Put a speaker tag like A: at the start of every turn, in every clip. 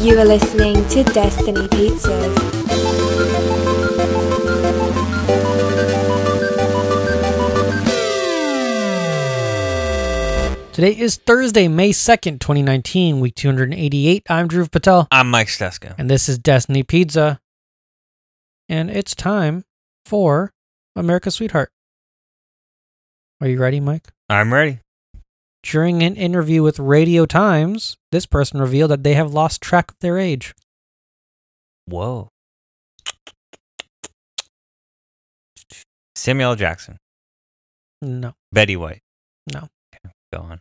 A: You are listening to Destiny Pizzas.
B: Today is Thursday, May 2nd, 2019, week 288. I'm Drew Patel,
C: I'm Mike Steska.
B: and this is Destiny Pizza. And it's time for America's Sweetheart. Are you ready, Mike?
C: I'm ready.
B: During an interview with Radio Times, this person revealed that they have lost track of their age.
C: Whoa. Samuel L. Jackson,
B: No.
C: Betty White.
B: No.
C: Okay, go on.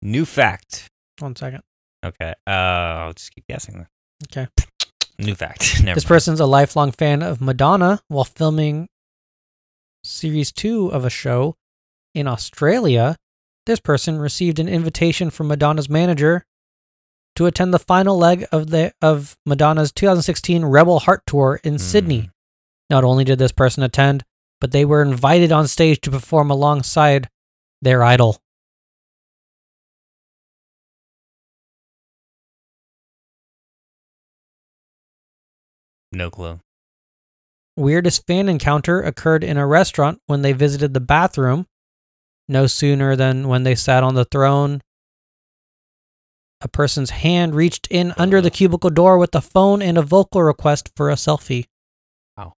C: New fact.
B: One second.
C: Okay. Uh, I'll just keep guessing then.
B: Okay.
C: New fact. Never
B: This
C: mind.
B: person's a lifelong fan of Madonna while filming series two of a show in Australia. This person received an invitation from Madonna's manager to attend the final leg of the of Madonna's 2016 Rebel Heart tour in
C: Mm.
B: Sydney. Not only did this person attend, but they were invited on stage to perform alongside their idol.
C: No clue.
B: weirdest fan encounter occurred in a restaurant when they visited the bathroom. No sooner than when they sat on the throne, a person's hand reached in under the cubicle door with a phone and a vocal request for a selfie.
C: Wow.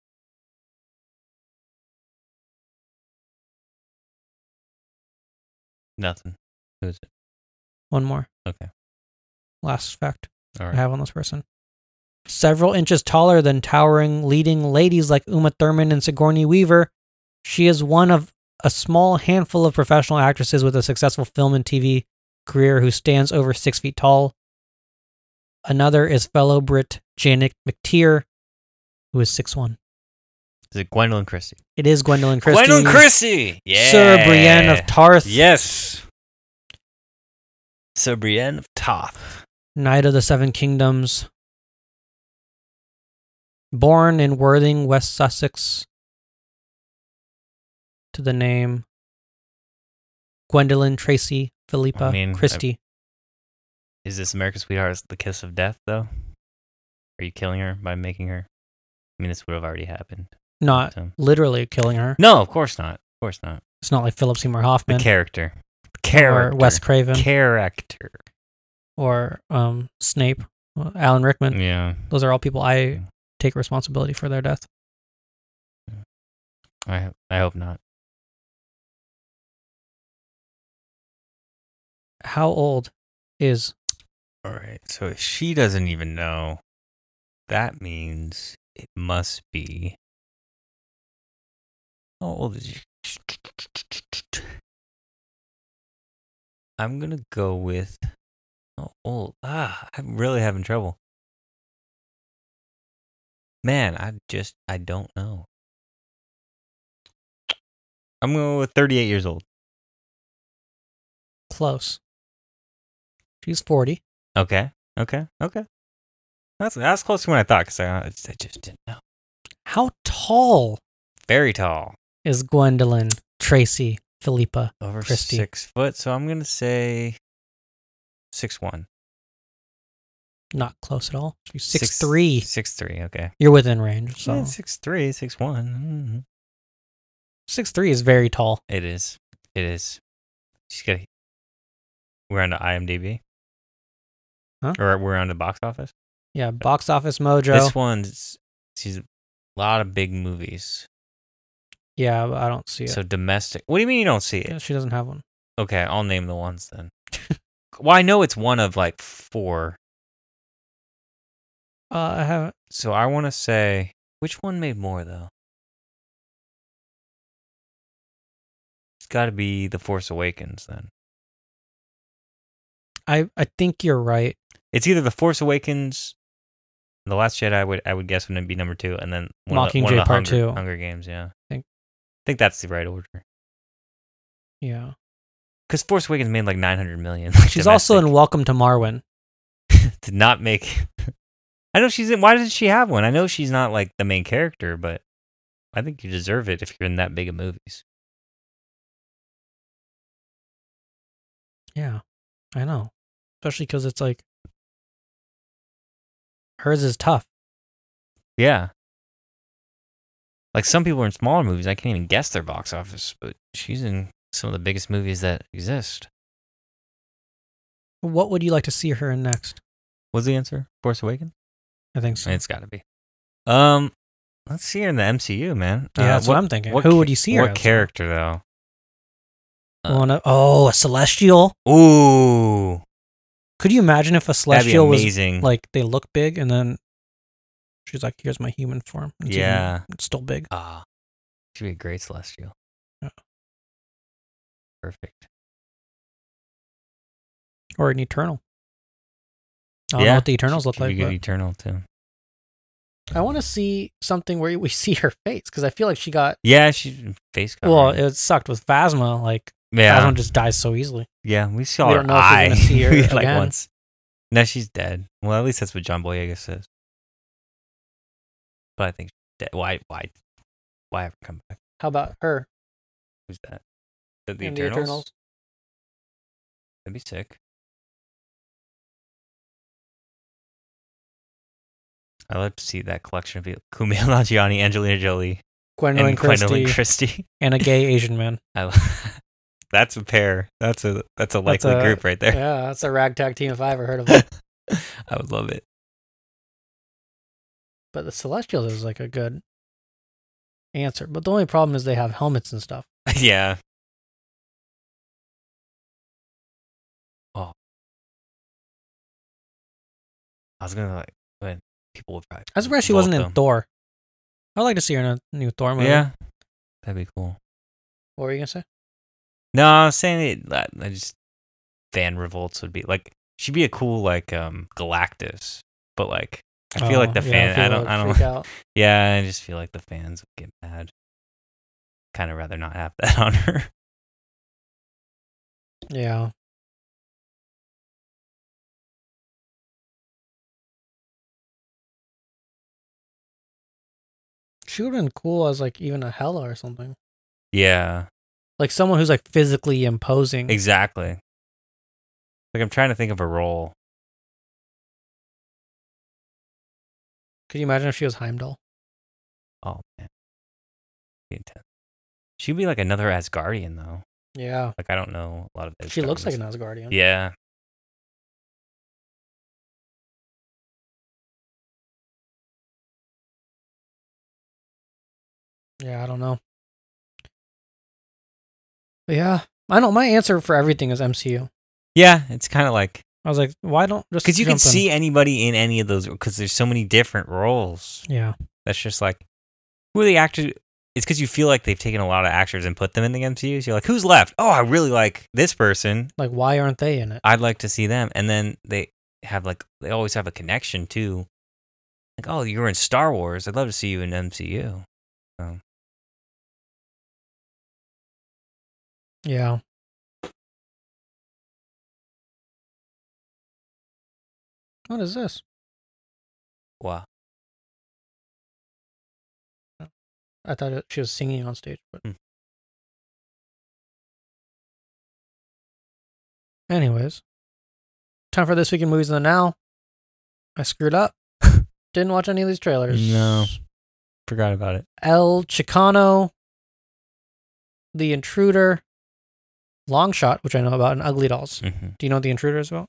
C: Nothing. Who is it?
B: One more.
C: Okay.
B: Last fact
C: All
B: I
C: right.
B: have on this person. Several inches taller than towering leading ladies like Uma Thurman and Sigourney Weaver, she is one of a small handful of professional actresses with a successful film and TV career who stands over six feet tall. Another is fellow Brit Janet McTeer, who is 6'1.
C: Is it Gwendolyn Christie?
B: It is Gwendolyn Christie.
C: Gwendolyn Christie! Yeah.
B: Sir Brienne of Tarth,
C: Yes. Sir Brienne of Toth.
B: Knight of the Seven Kingdoms. Born in Worthing, West Sussex, to the name Gwendolyn Tracy Philippa
C: mean, I-
B: Christie.
C: Is this America's Sweetheart is the kiss of death, though? Are you killing her by making her? I mean, this would have already happened.
B: Not
C: so-
B: literally killing her.
C: No, of course not. Of course not.
B: It's not like Philip Seymour
C: The
B: Hoffman
C: character.
B: or
C: Character.
B: Wes Craven
C: Character.
B: or um, Snape, uh, Alan Rickman.
C: Yeah.
B: Those are all people I take responsibility for their death.
C: I, ho- I hope not.
B: How old is
C: All right. So if she doesn't even know, that means it must be. How old is she? I'm gonna go with how old. Ah, I'm really having trouble. Man, I just I don't know. I'm going to go with 38 years old.
B: close? She's 40.
C: Okay, okay, okay. That's that's closer to what I thought because I, I just I just didn't know.
B: How tall
C: very tall,
B: is Gwendolyn Tracy Philippa.
C: over
B: Christy.
C: six foot. So I'm gonna say six one,
B: Not close at all. She's six,
C: Six-
B: three.
C: six three. Okay,
B: You're within range. E. So
C: so six three, six one. Mm-hmm.
B: six three is very tall.
C: It is, it is. She's got. We're on to IMDb,
B: Huh?
C: or we're on to box office.
B: Yeah. Box office mojo.
C: This one's she's a lot of big movies.
B: yeah, but I don't see it.
C: So domestic. What do you mean you don't see it?
B: Yeah, she doesn't have one.
C: Okay, I'll name the ones then. well, I know it's one of like four.
B: Uh, I have
C: So I want to say, which one made more though? It's got to be The Force Awakens then.
B: I I think you're right.
C: It's either The Force Awakens, The Last Jedi. I would I would guess would be number two, and then one of the,
B: Mockingjay
C: one of the
B: Part
C: Hunger,
B: Two.
C: Hunger Games. Yeah, I
B: Think.
C: think that's the right order.
B: Yeah.
C: Because Force Awakens made like nine hundred million.
B: She's also in Welcome to Marwin.
C: did not make. I know she's in. Why doesn't she have one? I know she's not like the main character, but I think you deserve it if you're in that big of movies.
B: Yeah. I know. Especially because it's like Hers is tough.
C: Yeah. Like some people are in smaller movies, I can't even guess their box office, but she's in some of the biggest movies that exist.
B: What would you like to see her in next?
C: What's the answer? Force Awakens?
B: I think so.
C: It's got to be. Um, let's see her in the MCU, man.
B: Yeah,
C: Uh,
B: that's what, I'm thinking. Who
C: ca-
B: would you see her?
C: What
B: as?
C: character though?
B: You wanna- oh, a celestial.
C: Ooh,
B: Could you imagine if a
C: that'd be
B: celestial was
C: amazing.
B: like they look big and then she's like, "Here's my human form." It's even-
C: yeah,
B: it's still big.
C: ah, she'd be a great celestial.
B: Yeah.
C: Perfect.
B: or an eternal. I don't
C: Yeah.
B: know what the Eternals look
C: She'd be
B: like.
C: good
B: But
C: Eternal too.
B: I want to see something where we see her face because I feel like she got
C: Yeah, she face cover.
B: well. It sucked with Phasma. Like
C: yeah,
B: Phasma just dies so easily.
C: yeah. We saw
B: we
C: her
B: don't know if we're
C: eye
B: gonna see her
C: like
B: again.
C: once. No, she's dead. Well, at least that's what John Boyega says. But I think she's dead. Why? Why? Why have her come back?
B: How about her
C: Who's that? The, the
B: and
C: Eternals.
B: the Eternals?
C: That'd be sick. I'd love to see that collection of people. Kumail Nanjiani, Angelina Jolie,
B: Gwendolyn
C: and
B: Christie
C: Gwendolyn Christie.
B: and a gay Asian man.
C: I lo- that's a pair. That's a that's a
B: That's
C: likely
B: a-
C: group right there.
B: yeah, that's a ragtag team if I ever heard of it.
C: I would love it.
B: But the Celestials is like a good answer. But the only problem is they have helmets and stuff.
C: yeah. Oh. I was gonna like when people would probably.
B: I'm surprised she wasn't
C: vote
B: in Thor. I'd like to see her in a new Thor
C: them.
B: movie.
C: Yeah, that'd be cool.
B: What were you gonna say?
C: No, I was saying it. that- I just fan revolts would be like she'd be a cool like um Galactus, but like I feel
B: Oh,
C: like the
B: yeah,
C: fan. I
B: people
C: don't.
B: would
C: I
B: freak
C: don't.
B: out.
C: Yeah, I just feel like the fans would get mad. Kind of rather not have that on her.
B: Yeah. She would have been cool as like even a Hella or something.
C: Yeah,
B: Like someone who's like physically imposing.
C: exactly. Like I'm trying to think of a role.
B: Could you imagine if she was Heimdall?
C: Oh man, Be intense. She'd be like another Asgardian though.
B: Yeah.
C: Like I don't know a lot of.
B: She looks like
C: Asgardians.
B: an Asgardian.
C: Yeah.
B: Yeah, I don't know. But yeah. I know my answer for everything is MCU.
C: Yeah, it's kind of like
B: I was like, why don't just
C: because you can
B: jump in.
C: see anybody in any of those because there's so many different roles
B: Yeah.
C: that's just like who are the actors it's because you feel like they've taken a lot of actors and put them in the mcu so you're like who's left oh i really like this person
B: Like why aren't they in it?
C: i'd like to see them and then they have like they always have a connection too like oh you were in star wars i'd love to see you in mcu
B: Yeah. What is this?
C: wow
B: I thought it, she was singing on stage, but
C: Hmm.
B: anyways, time for this week in movies and the now. I screwed up. Didn't watch any of these trailers.
C: No. forgot about it
B: El Chicano, The Intruder, Long Shot, which I know about, and Ugly Dolls.
C: hmm
B: Do you know what The Intruder is about?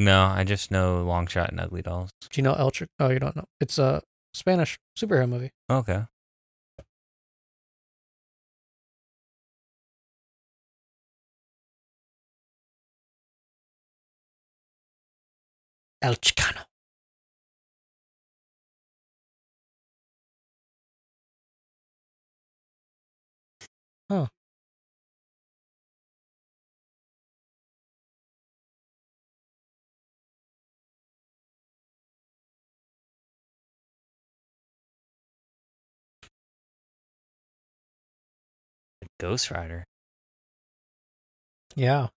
C: no i just know long shot and ugly dolls
B: Do you know El Chic? Oh, you don't know. It's a Spanish superhero movie.
C: okay
B: El Chicano. Huh.
C: ghost rider
B: Yeah.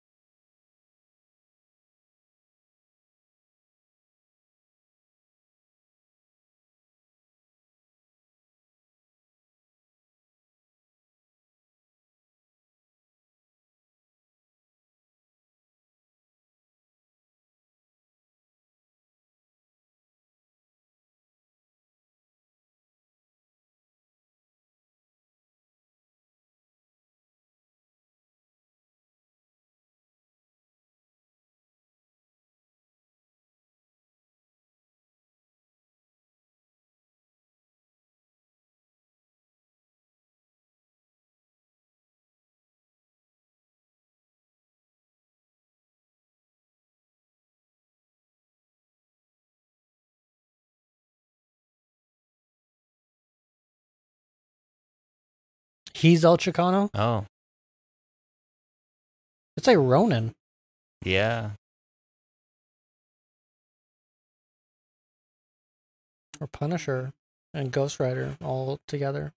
B: He's El Chicano.
C: Oh,
B: It's like Ronan.
C: yeah.
B: or Punisher and Ghost Rider all together.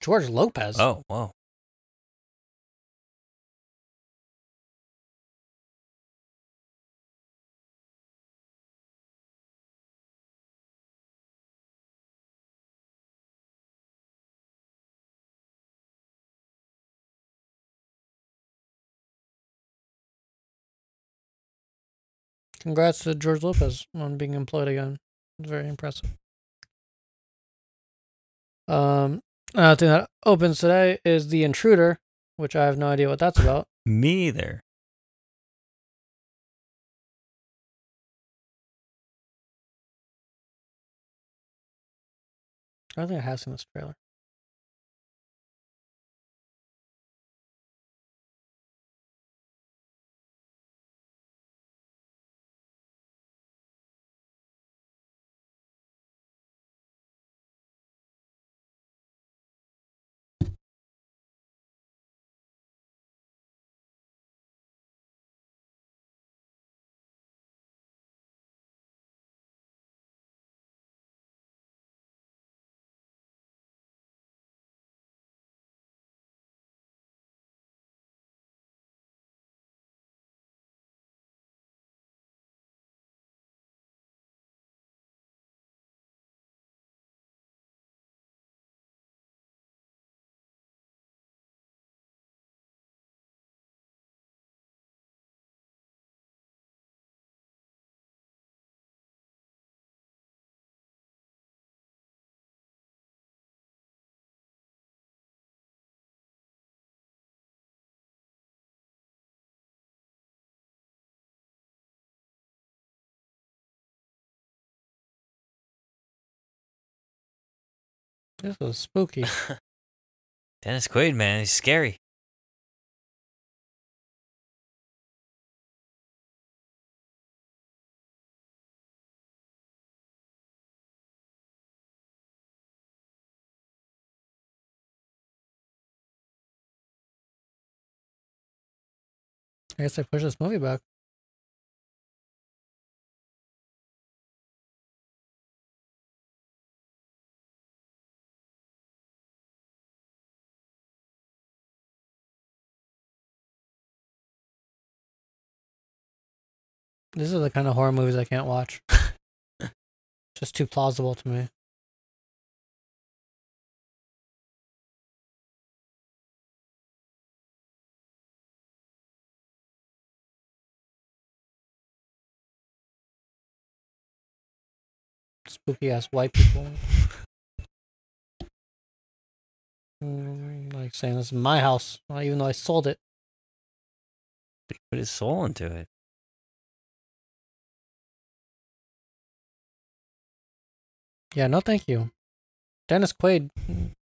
B: George Lopez.
C: Oh, whoa.
B: Congrats to George Lopez on being employed again. It's very impressive. Um, another thing that opens today is The Intruder, which I have no idea what that's about.
C: Me either.
B: I don't think I have seen this trailer. This is spooky.
C: Dennis Quaid, man, he's scary.
B: I guess I pushed this movie back. These are the kind of horror movies I can't watch. Just too plausible to me. Spooky ass white people. Mm, like saying this is my house, well, even though I sold it.
C: He put his soul into it.
B: Yeah, no, thank you. Dennis Quaid,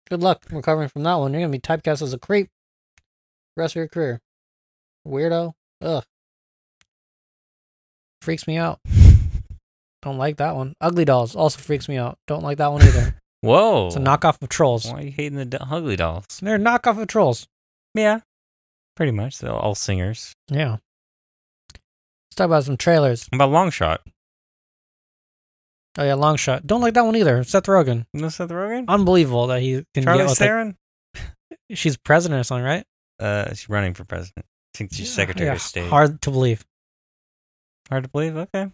B: good luck recovering from that one. You're gonna be typecast as a creep rest of your career. Weirdo. Ugh. Freaks me out. Don't like that one. Ugly Dolls also freaks me out. Don't like that one either.
C: Whoa.
B: It's a knockoff of Trolls.
C: Why are you hating the do- Ugly Dolls?
B: They're a knockoff of Trolls.
C: Yeah. Pretty much. They're all singers.
B: Yeah. Let's talk about some trailers.
C: What about Long Shot?
B: Oh yeah, Long Shot. Don't like that one either. Seth Rogen.
C: No Seth Rogen?
B: Unbelievable that he can
C: Charlie
B: get with, like-
C: Theron?
B: she's president or something, right?
C: Uh, she's running for president. I think she's
B: Yeah,
C: Secretary
B: yeah,
C: of State. Hard.
B: Hard to believe.
C: to believe. Okay.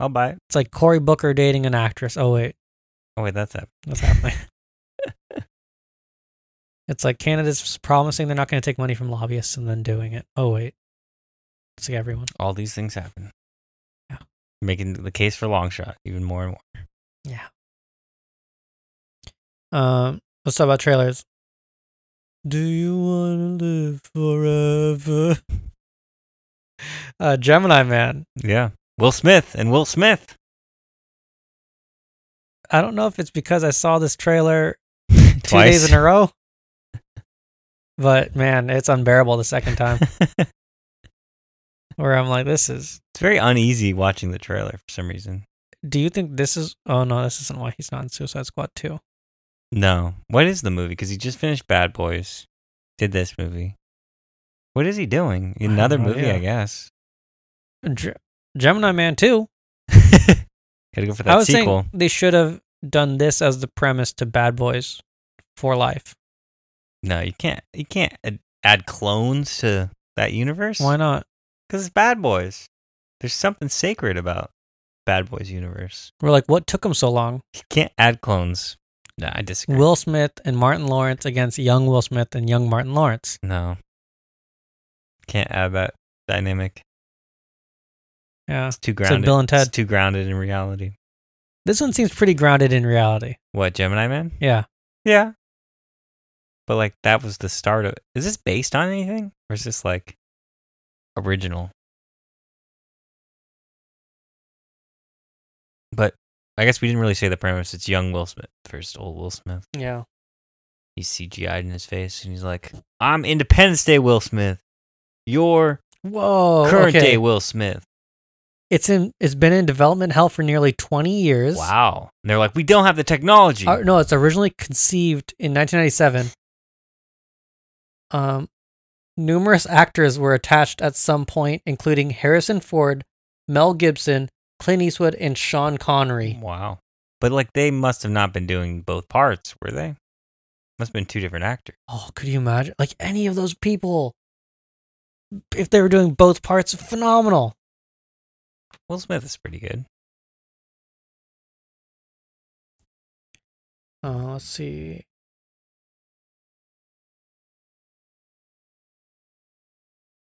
C: I'll buy it.
B: It's like Cory Booker dating an actress. Oh wait,
C: Oh, wait, that's that.
B: what's happening? it's like candidates promising they're not going to take money from lobbyists and then doing it. Oh wait, it's like everyone.
C: All these things happen.
B: Yeah.
C: Making the case for Long Shot even more and more.
B: Yeah. Um, let's talk about trailers. Do you want to live forever? Uh, Gemini Man.
C: Yeah. Will Smith and Will Smith.
B: I don't know if it's because I saw this trailer
C: Twice.
B: two days in a row. But man, it's unbearable the second time. where I'm like, this is.
C: It's very uneasy watching the trailer for some reason.
B: Do you think this is? Oh no, this isn't why he's not in Suicide Squad 2.
C: No. What is the movie? Because he just finished Bad Boys, did this movie. What is he doing?
B: have
C: Another
B: no
C: movie,
B: idea.
C: I guess.
B: Ge- Gemini Man 2.
C: Gotta go for
B: I
C: that
B: was
C: sequel.
B: saying they should have done this as the premise to Bad Boys for Life.
C: No, you can't. You can't ad- add clones to that universe.
B: Why not?
C: Because it's Bad Boys. There's something sacred about Bad Boys universe.
B: We're like, what took him so long?
C: You can't add clones. No, I disagree.
B: Will Smith and Martin Lawrence against young Will Smith and young Martin Lawrence.
C: no. Can't add that dynamic.
B: Yeah.
C: It's too grounded.
B: Bill and
C: It's
B: Ted.
C: too grounded in reality.
B: This one seems pretty grounded in reality.
C: What, Gemini Man?
B: Yeah.
C: Yeah. But like that was the start of Is this based on anything? Or is this like original? But I guess we didn't really say the premise. It's young Will Smith versus old Will Smith.
B: Yeah.
C: He's CGI'd in his face and he's like, I'm Independence Day Will Smith. You're
B: Whoa.
C: current
B: Oh, okay.
C: day Will Smith.
B: It's in it's been in development hell for nearly 20 years.
C: Wow. And they're like, we don't have the technology.
B: Uh, no, it's originally conceived in 1997. Um, numerous actors were attached at some point, including Harrison Ford, Mel Gibson, Clint Eastwood, and Sean Connery.
C: Wow. But like they must have not been doing both parts, were they? Must have been two different actors.
B: Oh, could you imagine? Like any of those people, if they were doing both parts, phenomenal.
C: Will Smith is pretty good.
B: Uh, let's see.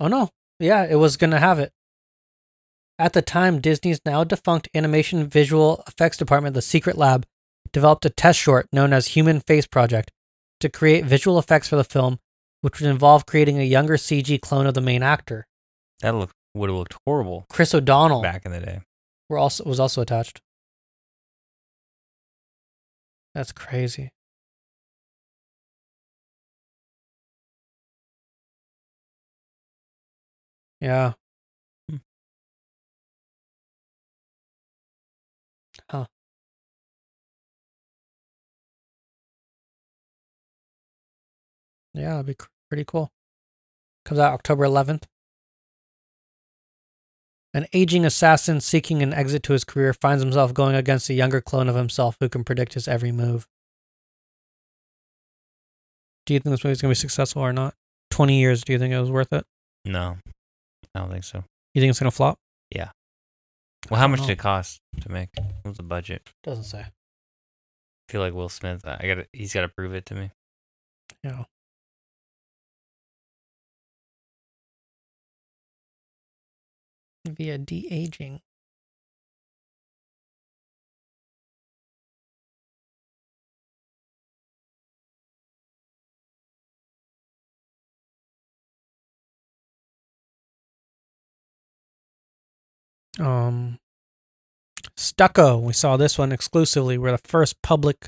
B: Oh no. Yeah, it was going to have it. At the time, Disney's now defunct animation visual effects department, the Secret Lab, developed a test short known as Human Face Project to create visual effects for the film, which would involve creating a younger CG clone of the main actor.
C: That look would have looked horrible
B: Chris O'Donnell
C: back in the day.
B: were also was also attached. That's crazy. Yeah.
C: Hmm.
B: Huh. Yeah, that'd be cr- pretty cool. Comes out October 11th. An aging assassin seeking an exit to his career finds himself going against a younger clone of himself who can predict his every move. Do you think this movie's going to be successful or not? 20 years, do you think it was worth it?
C: No, I don't think so.
B: You think it's going to flop?
C: Well, how
B: don't
C: much
B: know.
C: did it cost to make? What was the budget?
B: Doesn't say.
C: I feel like Will Smith. I got. to He's got to prove it to me.
B: Yeah. Via de aging. Um, Stucco. We saw this one exclusively. We're the first public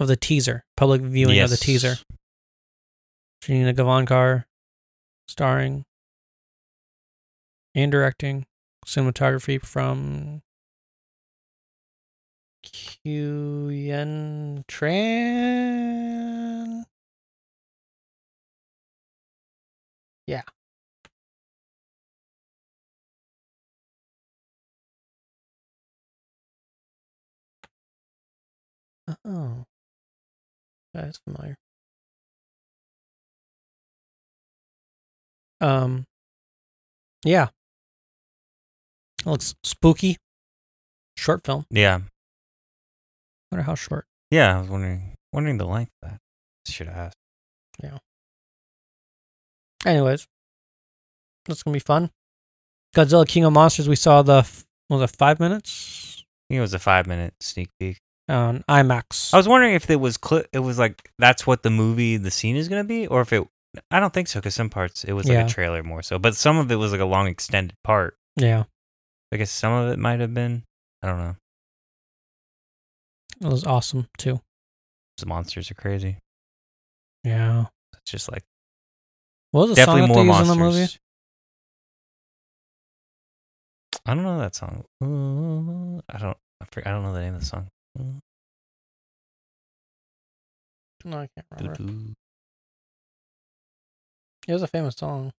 B: of the teaser, public viewing of the teaser. Janina Gavankar, starring and directing cinematography from Yen Tran. Yeah. Oh, that's familiar. Um, yeah, looks spooky. Short film.
C: Yeah,
B: wonder how short.
C: yeah. I was wondering, wondering the length of that. Should have asked.
B: Anyways, that's gonna be fun. Godzilla King of Monsters. We saw the f- what was it five minutes
C: I think it was a five-minute sneak peek.
B: on IMAX.
C: I was wondering if it was. Cli- it was like that's what the movie, the scene is going to be, or if it. I don't think so because some parts it was like
B: Yeah.
C: a trailer more so, but some of it was like a long extended part.
B: yeah,
C: I guess some of it might have been. I don't know.
B: it was awesome too.
C: The monsters are crazy.
B: Yeah.
C: It's just like
B: What was the
C: definitely
B: song that
C: more
B: they used
C: monsters.
B: in the movie?
C: I don't know that song. Uh, I don't. I, forget, I don't know the name of the song.
B: No, I can't remember.
C: Doo-doo.
B: It was a famous song.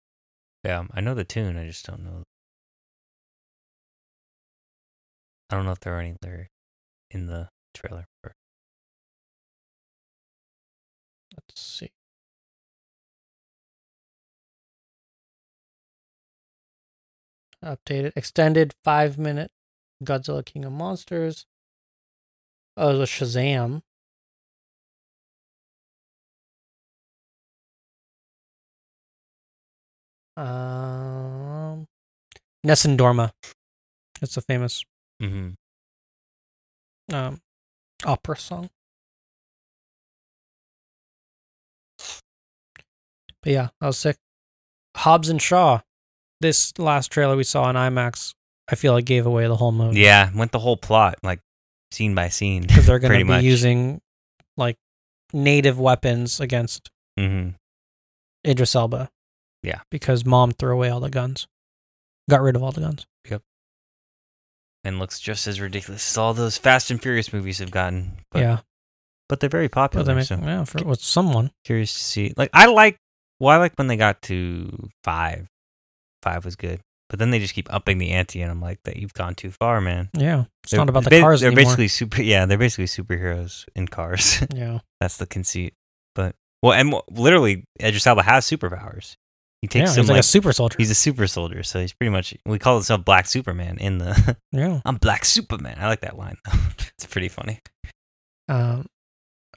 C: Yeah, I know the tune. I just don't know. I don't know if there are any lyrics in the trailer. for it.
B: Let's see. Updated, extended five minute Godzilla King of Monsters. Oh, it was Shazam. Um, Nessun Dorma. It's a famous
C: Mm-hmm.
B: um, opera song. But yeah, I was sick. Hobbs and Shaw. This last trailer we saw in IMAX, I feel like gave away the whole movie.
C: Yeah, went the whole plot like scene by scene.
B: because they're going to
C: pretty
B: be
C: much.
B: using like native weapons against
C: Mm-hmm.
B: Idris Elba.
C: Yeah.
B: because mom threw away all the guns, got rid of all the guns.
C: And looks just as ridiculous as all those Fast and Furious movies have gotten. But,
B: yeah,
C: but they're very
B: but
C: popular.
B: they make
C: so
B: yeah for with someone.
C: curious to see. Like I like. Well, I like when they got to five. Five was good, but then they just keep upping the ante, and I'm like, that you've gone too far, man.
B: Yeah, it's
C: They're-
B: not about the
C: they're ba-
B: cars
C: They're
B: anymore.
C: basically super. Yeah, they're basically superheroes in cars.
B: yeah,
C: That's the conceit. But well, and well, literally, Idris Elba has superpowers. He
B: yeah,
C: takes
B: he's
C: some
B: like,
C: like,
B: a super soldier.
C: he's a super soldier, so he's pretty much we call himself Black Superman in the
B: yeah.
C: I'm Black Superman. I like that line though. It's pretty funny.
B: Um,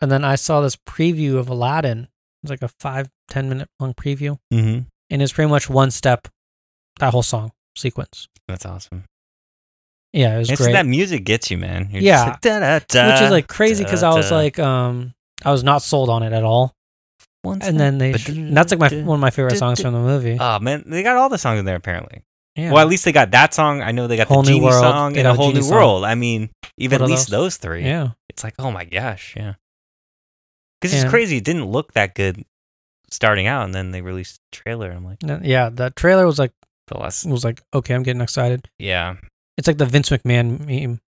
B: and then I saw this preview of Aladdin. It's like a five, ten minute long preview.
C: Mm-hmm.
B: And it's pretty much one step, that whole song sequence.
C: That's awesome.
B: Yeah, it was
C: It's
B: great.
C: that music gets you, man. You're
B: Yeah.
C: just like, da, da, da,
B: Which is like crazy because I was
C: da,
B: like, um, I was not sold on it at all.
C: once
B: And then they,
C: but-
B: and that's like my one of my favorite songs from the movie.
C: Oh man, they got all the songs in there apparently.
B: Yeah.
C: Well, at least they got that song. I know they got
B: Whole
C: the
B: New
C: genie
B: World.
C: song
B: They
C: and
B: got
C: a
B: the
C: whole
B: Genie
C: new
B: song.
C: world. I mean, even
B: What
C: at
B: are
C: least
B: those?
C: those three.
B: yeah,
C: it's like, oh my gosh, yeah. Because it's
B: And-
C: crazy. It didn't look that good starting out, and then they released the trailer. And I'm like,
B: No, yeah. That trailer was like
C: the less,
B: was like okay, I'm getting excited.
C: yeah,
B: It's like the Vince McMahon meme,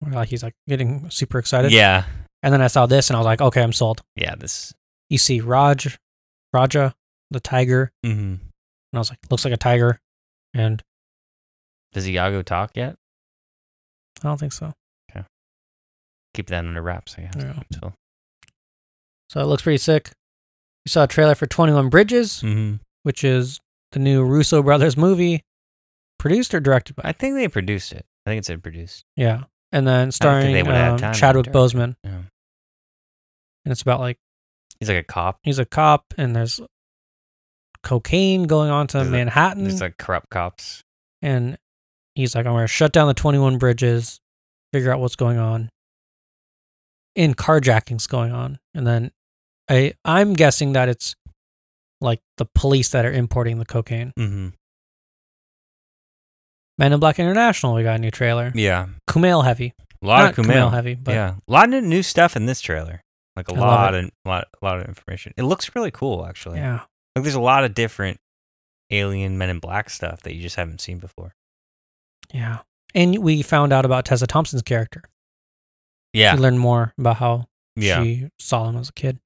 B: where like he's like getting super excited.
C: yeah,
B: And then I saw this and I was like, okay, I'm sold.
C: yeah. This,
B: you see Raj, Raja, the tiger,
C: mm-hmm.
B: and I was like, looks like a tiger, and
C: does Iago talk yet?
B: I don't think so.
C: Keep that under wraps, I guess.
B: Yeah.
C: So,
B: So it looks pretty sick. We saw a trailer for Twenty One Bridges,
C: mm-hmm.
B: which is the new Russo brothers movie, produced or directed by
C: I think they produced it. I think it said produced.
B: yeah, and then starring
C: would've had
B: um,
C: time to
B: Chadwick
C: direct it.
B: Boseman,
C: Yeah.
B: and it's about like
C: He's like a cop.
B: he's a cop and there's cocaine going on to
C: There's a-
B: Manhattan,
C: There's like corrupt cops.
B: and he's like, I'm gonna shut down the 21 bridges, figure out what's going on. And carjacking's going on, and then I I'm guessing that it's like the police that are importing the cocaine.
C: Mm-hmm.
B: Men in Black International, we got a new trailer.
C: Yeah,
B: Kumail heavy,
C: a lot
B: not
C: of Kumail.
B: heavy, but
C: yeah, a lot of new stuff in this trailer. Like a
B: I love
C: lot of lot, a lot of information. It looks really cool, actually.
B: yeah,
C: Like there's a lot of different alien Men in Black stuff that you just haven't seen before.
B: yeah. And we found out about Tessa Thompson's character.
C: Yeah,
B: We learned more about how
C: yeah,
B: she saw him as a kid,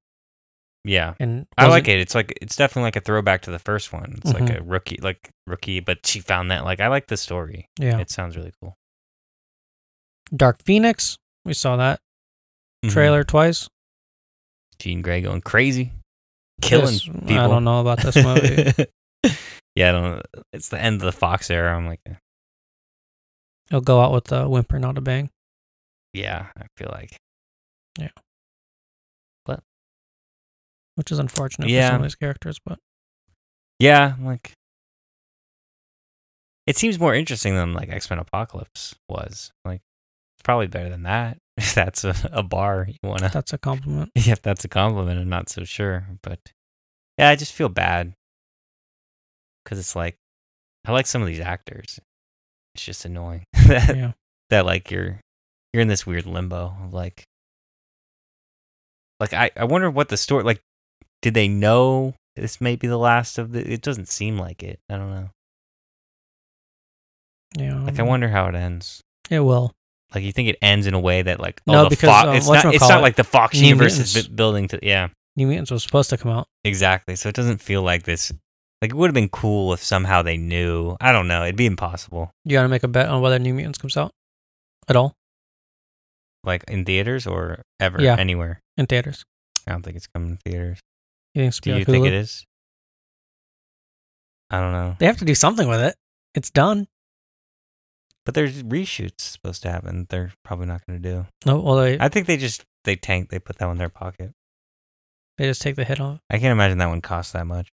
C: yeah.
B: and
C: I like
B: wasn't-
C: it. It's like it's definitely like a throwback to the first one. It's
B: Mm-hmm.
C: like a rookie, like rookie, but she found that. Like I like the story.
B: Yeah,
C: It sounds really cool.
B: Dark Phoenix, we saw that
C: Mhm.
B: trailer twice.
C: Jean Grey going crazy, killing
B: This-
C: people.
B: I don't know about this movie.
C: yeah, I don't. know. It's the end of the Fox era. I'm like, eh,
B: It'll go out with a whimper, not a bang.
C: yeah, I feel like
B: Which is unfortunate for
C: Yeah.
B: some of these characters, but
C: yeah, I'm like. It seems more interesting than like X Men Apocalypse was. Like, it's probably better than that. If that's a, a bar you want to
B: that's a compliment.
C: Yeah, if that's a compliment, I'm not so sure. But yeah, I just feel bad because it's like I like some of these actors. It's just annoying that
B: Yeah.
C: that like you're you're in this weird limbo of like like I I wonder what the story like. Did they know this may be the last of the? It doesn't seem like it. I don't know.
B: Yeah. um,
C: Like I wonder how it ends.
B: It will.
C: Like you think it ends in a way that like oh
B: No,
C: the
B: because,
C: Fox,
B: uh,
C: it's not it's
B: whatchamacallit,
C: not like the Fox
B: New
C: universe is
B: Mutants-
C: bu- building to yeah
B: New Mutants was supposed to come out.
C: exactly so it doesn't feel like this like it would have been cool if somehow they knew I don't know it'd be impossible
B: You gotta make a bet on whether New Mutants comes out at all
C: like in theaters or ever
B: Yeah.
C: anywhere
B: in theaters.
C: I don't think it's coming to theaters
B: You think it's
C: do
B: gonna be
C: you
B: on
C: think
B: Hulu?
C: it is I don't know
B: They have to do something with it. It's done.
C: but there's reshoots supposed to happen they're probably not going to do
B: No, well they,
C: I think they just they tank they put that one in their pocket
B: they just take the hit on it.
C: I can't imagine that one costs that much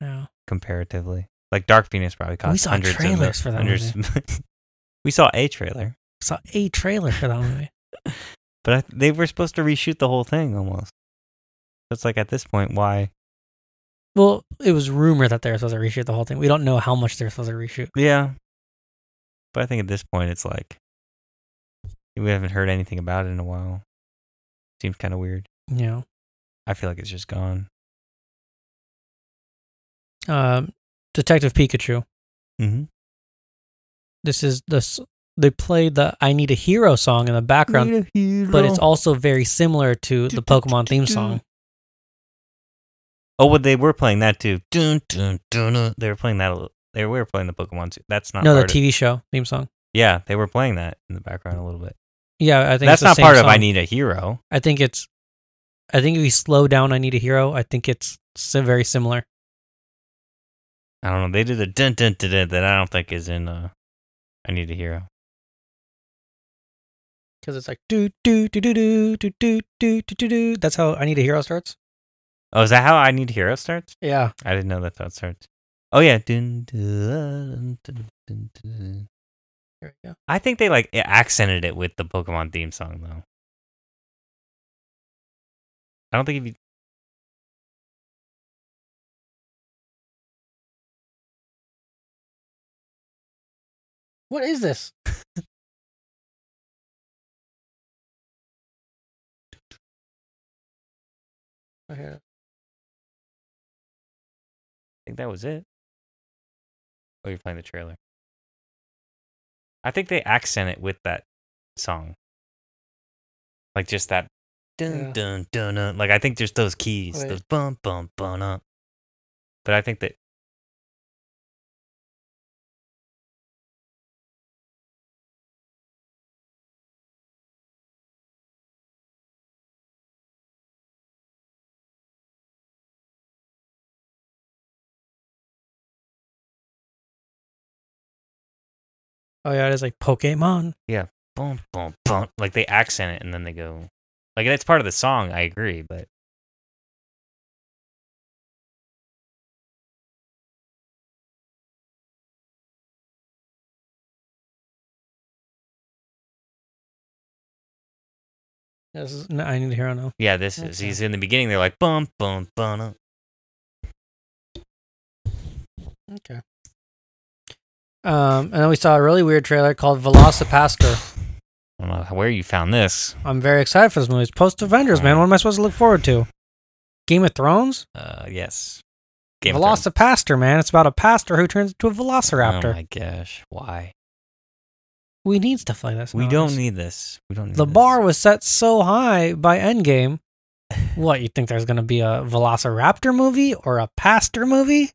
B: Yeah.
C: comparatively. Like Dark Phoenix probably cost
B: saw
C: hundreds of
B: trailers
C: millions-
B: for that eh?
C: hundreds- we saw a trailer,
B: Saw a trailer for that movie.
C: but I, they were supposed to reshoot the whole thing almost. So it's like at this point, why?
B: Well, it was rumor that they were supposed to reshoot the whole thing. We don't know how much they're supposed to reshoot.
C: Yeah. But I think at this point, it's like we haven't heard anything about it in a while. Seems kind of weird.
B: You know.
C: I feel like it's just gone.
B: Um, Detective Pikachu.
C: Mm-hmm.
B: This is this. They play the "I Need a Hero" song in the background, but it's also very similar to the Pokemon theme song.
C: Oh, well, they were playing that too. Dun, dun, dun, dun. They were playing that. A little, they were playing the Pokemon too. That's not
B: No, the
C: part of-
B: TV show theme song.
C: Yeah, they were playing that in the background a little bit.
B: Yeah, I think it's
C: That's
B: the
C: not
B: same
C: part of
B: song.
C: I Need a Hero.
B: I think it's. I think if you slow down, "I Need a Hero." I think it's si- very similar.
C: I don't know. They did a dun dun dun dun that I don't think is in uh, I Need a Hero.
B: Because it's like do do do do do do do do do do do. That's how I Need a Hero starts.
C: Oh, is that how I Need a Hero starts?
B: Yeah.
C: I didn't know that's how it starts. Oh yeah, dun, dun, dun, dun, dun.
B: Here we go.
C: I think they like accented it with the Pokemon theme song though. I don't think if you
B: What is this? okay.
C: I think that was it. Oh, you're playing the trailer. I think they accent it with that song. Like just that dun
B: Yeah.
C: dun dun dun. Like I think just those keys.
B: Wait.
C: Those bum bum bum up. But I think that
B: Oh yeah, it is like Pokemon.
C: bum bum bum like they accent it and then they go like that's part of the song, I agree, but
B: This is no, I need a hero now.
C: yeah, this is
B: Okay.
C: he's in the beginning they're like bum bum bum up.
B: Okay. Um, and then we saw a really weird trailer called Velocipaster.
C: I don't know where you found this.
B: I'm very excited for this movie. It's post Avengers, man. What am I supposed to look forward to? Game of Thrones?
C: Uh yes. Game of Thrones.
B: Velocipaster, man. It's about a pastor who turns into a velociraptor.
C: Oh my gosh, why?
B: we need stuff like this.
C: We
B: nowadays.
C: don't need this. We don't need
B: The
C: this.
B: bar was set so high by Endgame. What, you think there's going to be a Velociraptor movie or a Pastor movie?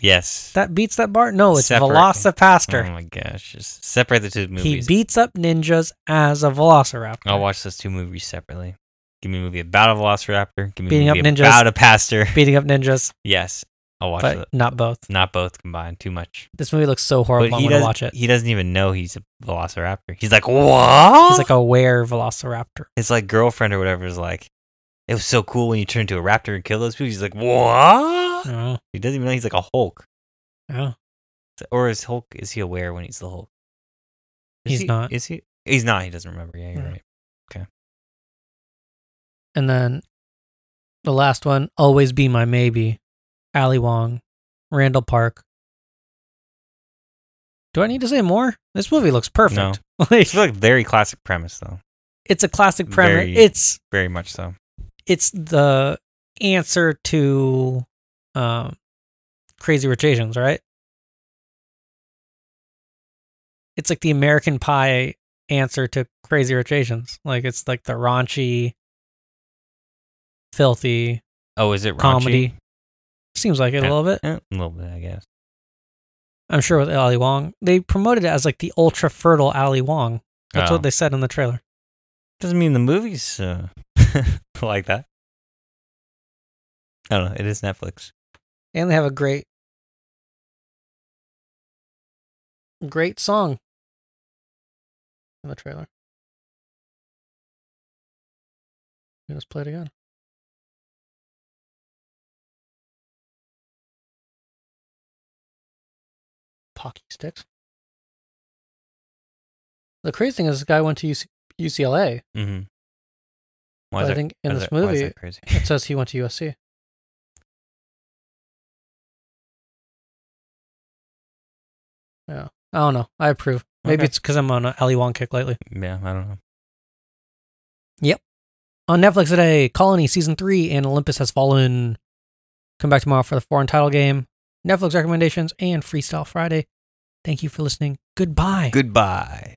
C: Yes.
B: That beats that bar? No, it's
C: Separate. Oh
B: Velocipaster.
C: my gosh. Just separate the two
B: he
C: movies. Oh,
B: beats up ninjas as a Velociraptor.
C: I'll watch those two movies separately. Give me a movie about a velociraptor. Give me
B: Beating
C: a
B: up
C: movie
B: ninjas.
C: about a pastor.
B: Beating up ninjas,
C: Yes. I'll watch
B: but
C: that.
B: not both.
C: Not both combined. Too much.
B: This movie looks so horrible. I'm
C: he,
B: going to
C: doesn't,
B: watch it.
C: he doesn't even know he's a velociraptor. He's like, what?
B: He's like a were Velociraptor.
C: His like girlfriend or whatever is like, it was so cool when you turned into a raptor and killed those people. He's like, what?
B: Oh,
C: He doesn't even know he's like a Hulk.
B: yeah.
C: Or is Hulk? Is he aware when he's the Hulk? Is
B: He's
C: he-
B: not.
C: Is he? He's not. He doesn't remember. Yeah, you're
B: Yeah.
C: right.
B: And then the last one, Always Be My Maybe, Ali Wong, Randall Park. Do I need to say more? This movie looks perfect.
C: I
B: Like,
C: feel like very classic premise though.
B: it's a classic premise.
C: Very-
B: It's
C: Very much so.
B: it's the answer to um, Crazy Rich Asians, right? it's like the American Pie answer to Crazy Rich Asians. Like it's like the raunchy, filthy
C: Oh, is it raunchy?
B: comedy. Seems like it a
C: Yeah.
B: little bit.
C: Eh, a little bit, I guess.
B: I'm sure with Ali Wong, they promoted it as like the ultra fertile Ali Wong. That's
C: Oh.
B: what they said in the trailer.
C: Doesn't mean the movies uh, like that. I don't know. It is Netflix.
B: And they have a great, great song in the trailer. Let's play it again. Pocky sticks. The crazy thing is, this guy went to UC- UCLA.
C: Mm-hmm.
B: But I think in this
C: why is
B: movie,
C: that crazy?
B: it says he went to USC. Yeah. I don't know. I approve. Maybe
C: Okay.
B: it's because I'm on a Ali Wong kick lately.
C: yeah, I don't know.
B: On Netflix today, Colony Season 3 and Olympus Has Fallen. Come back tomorrow for the foreign title game, Netflix recommendations, and Freestyle Friday. Thank you for listening. Goodbye.
C: Goodbye.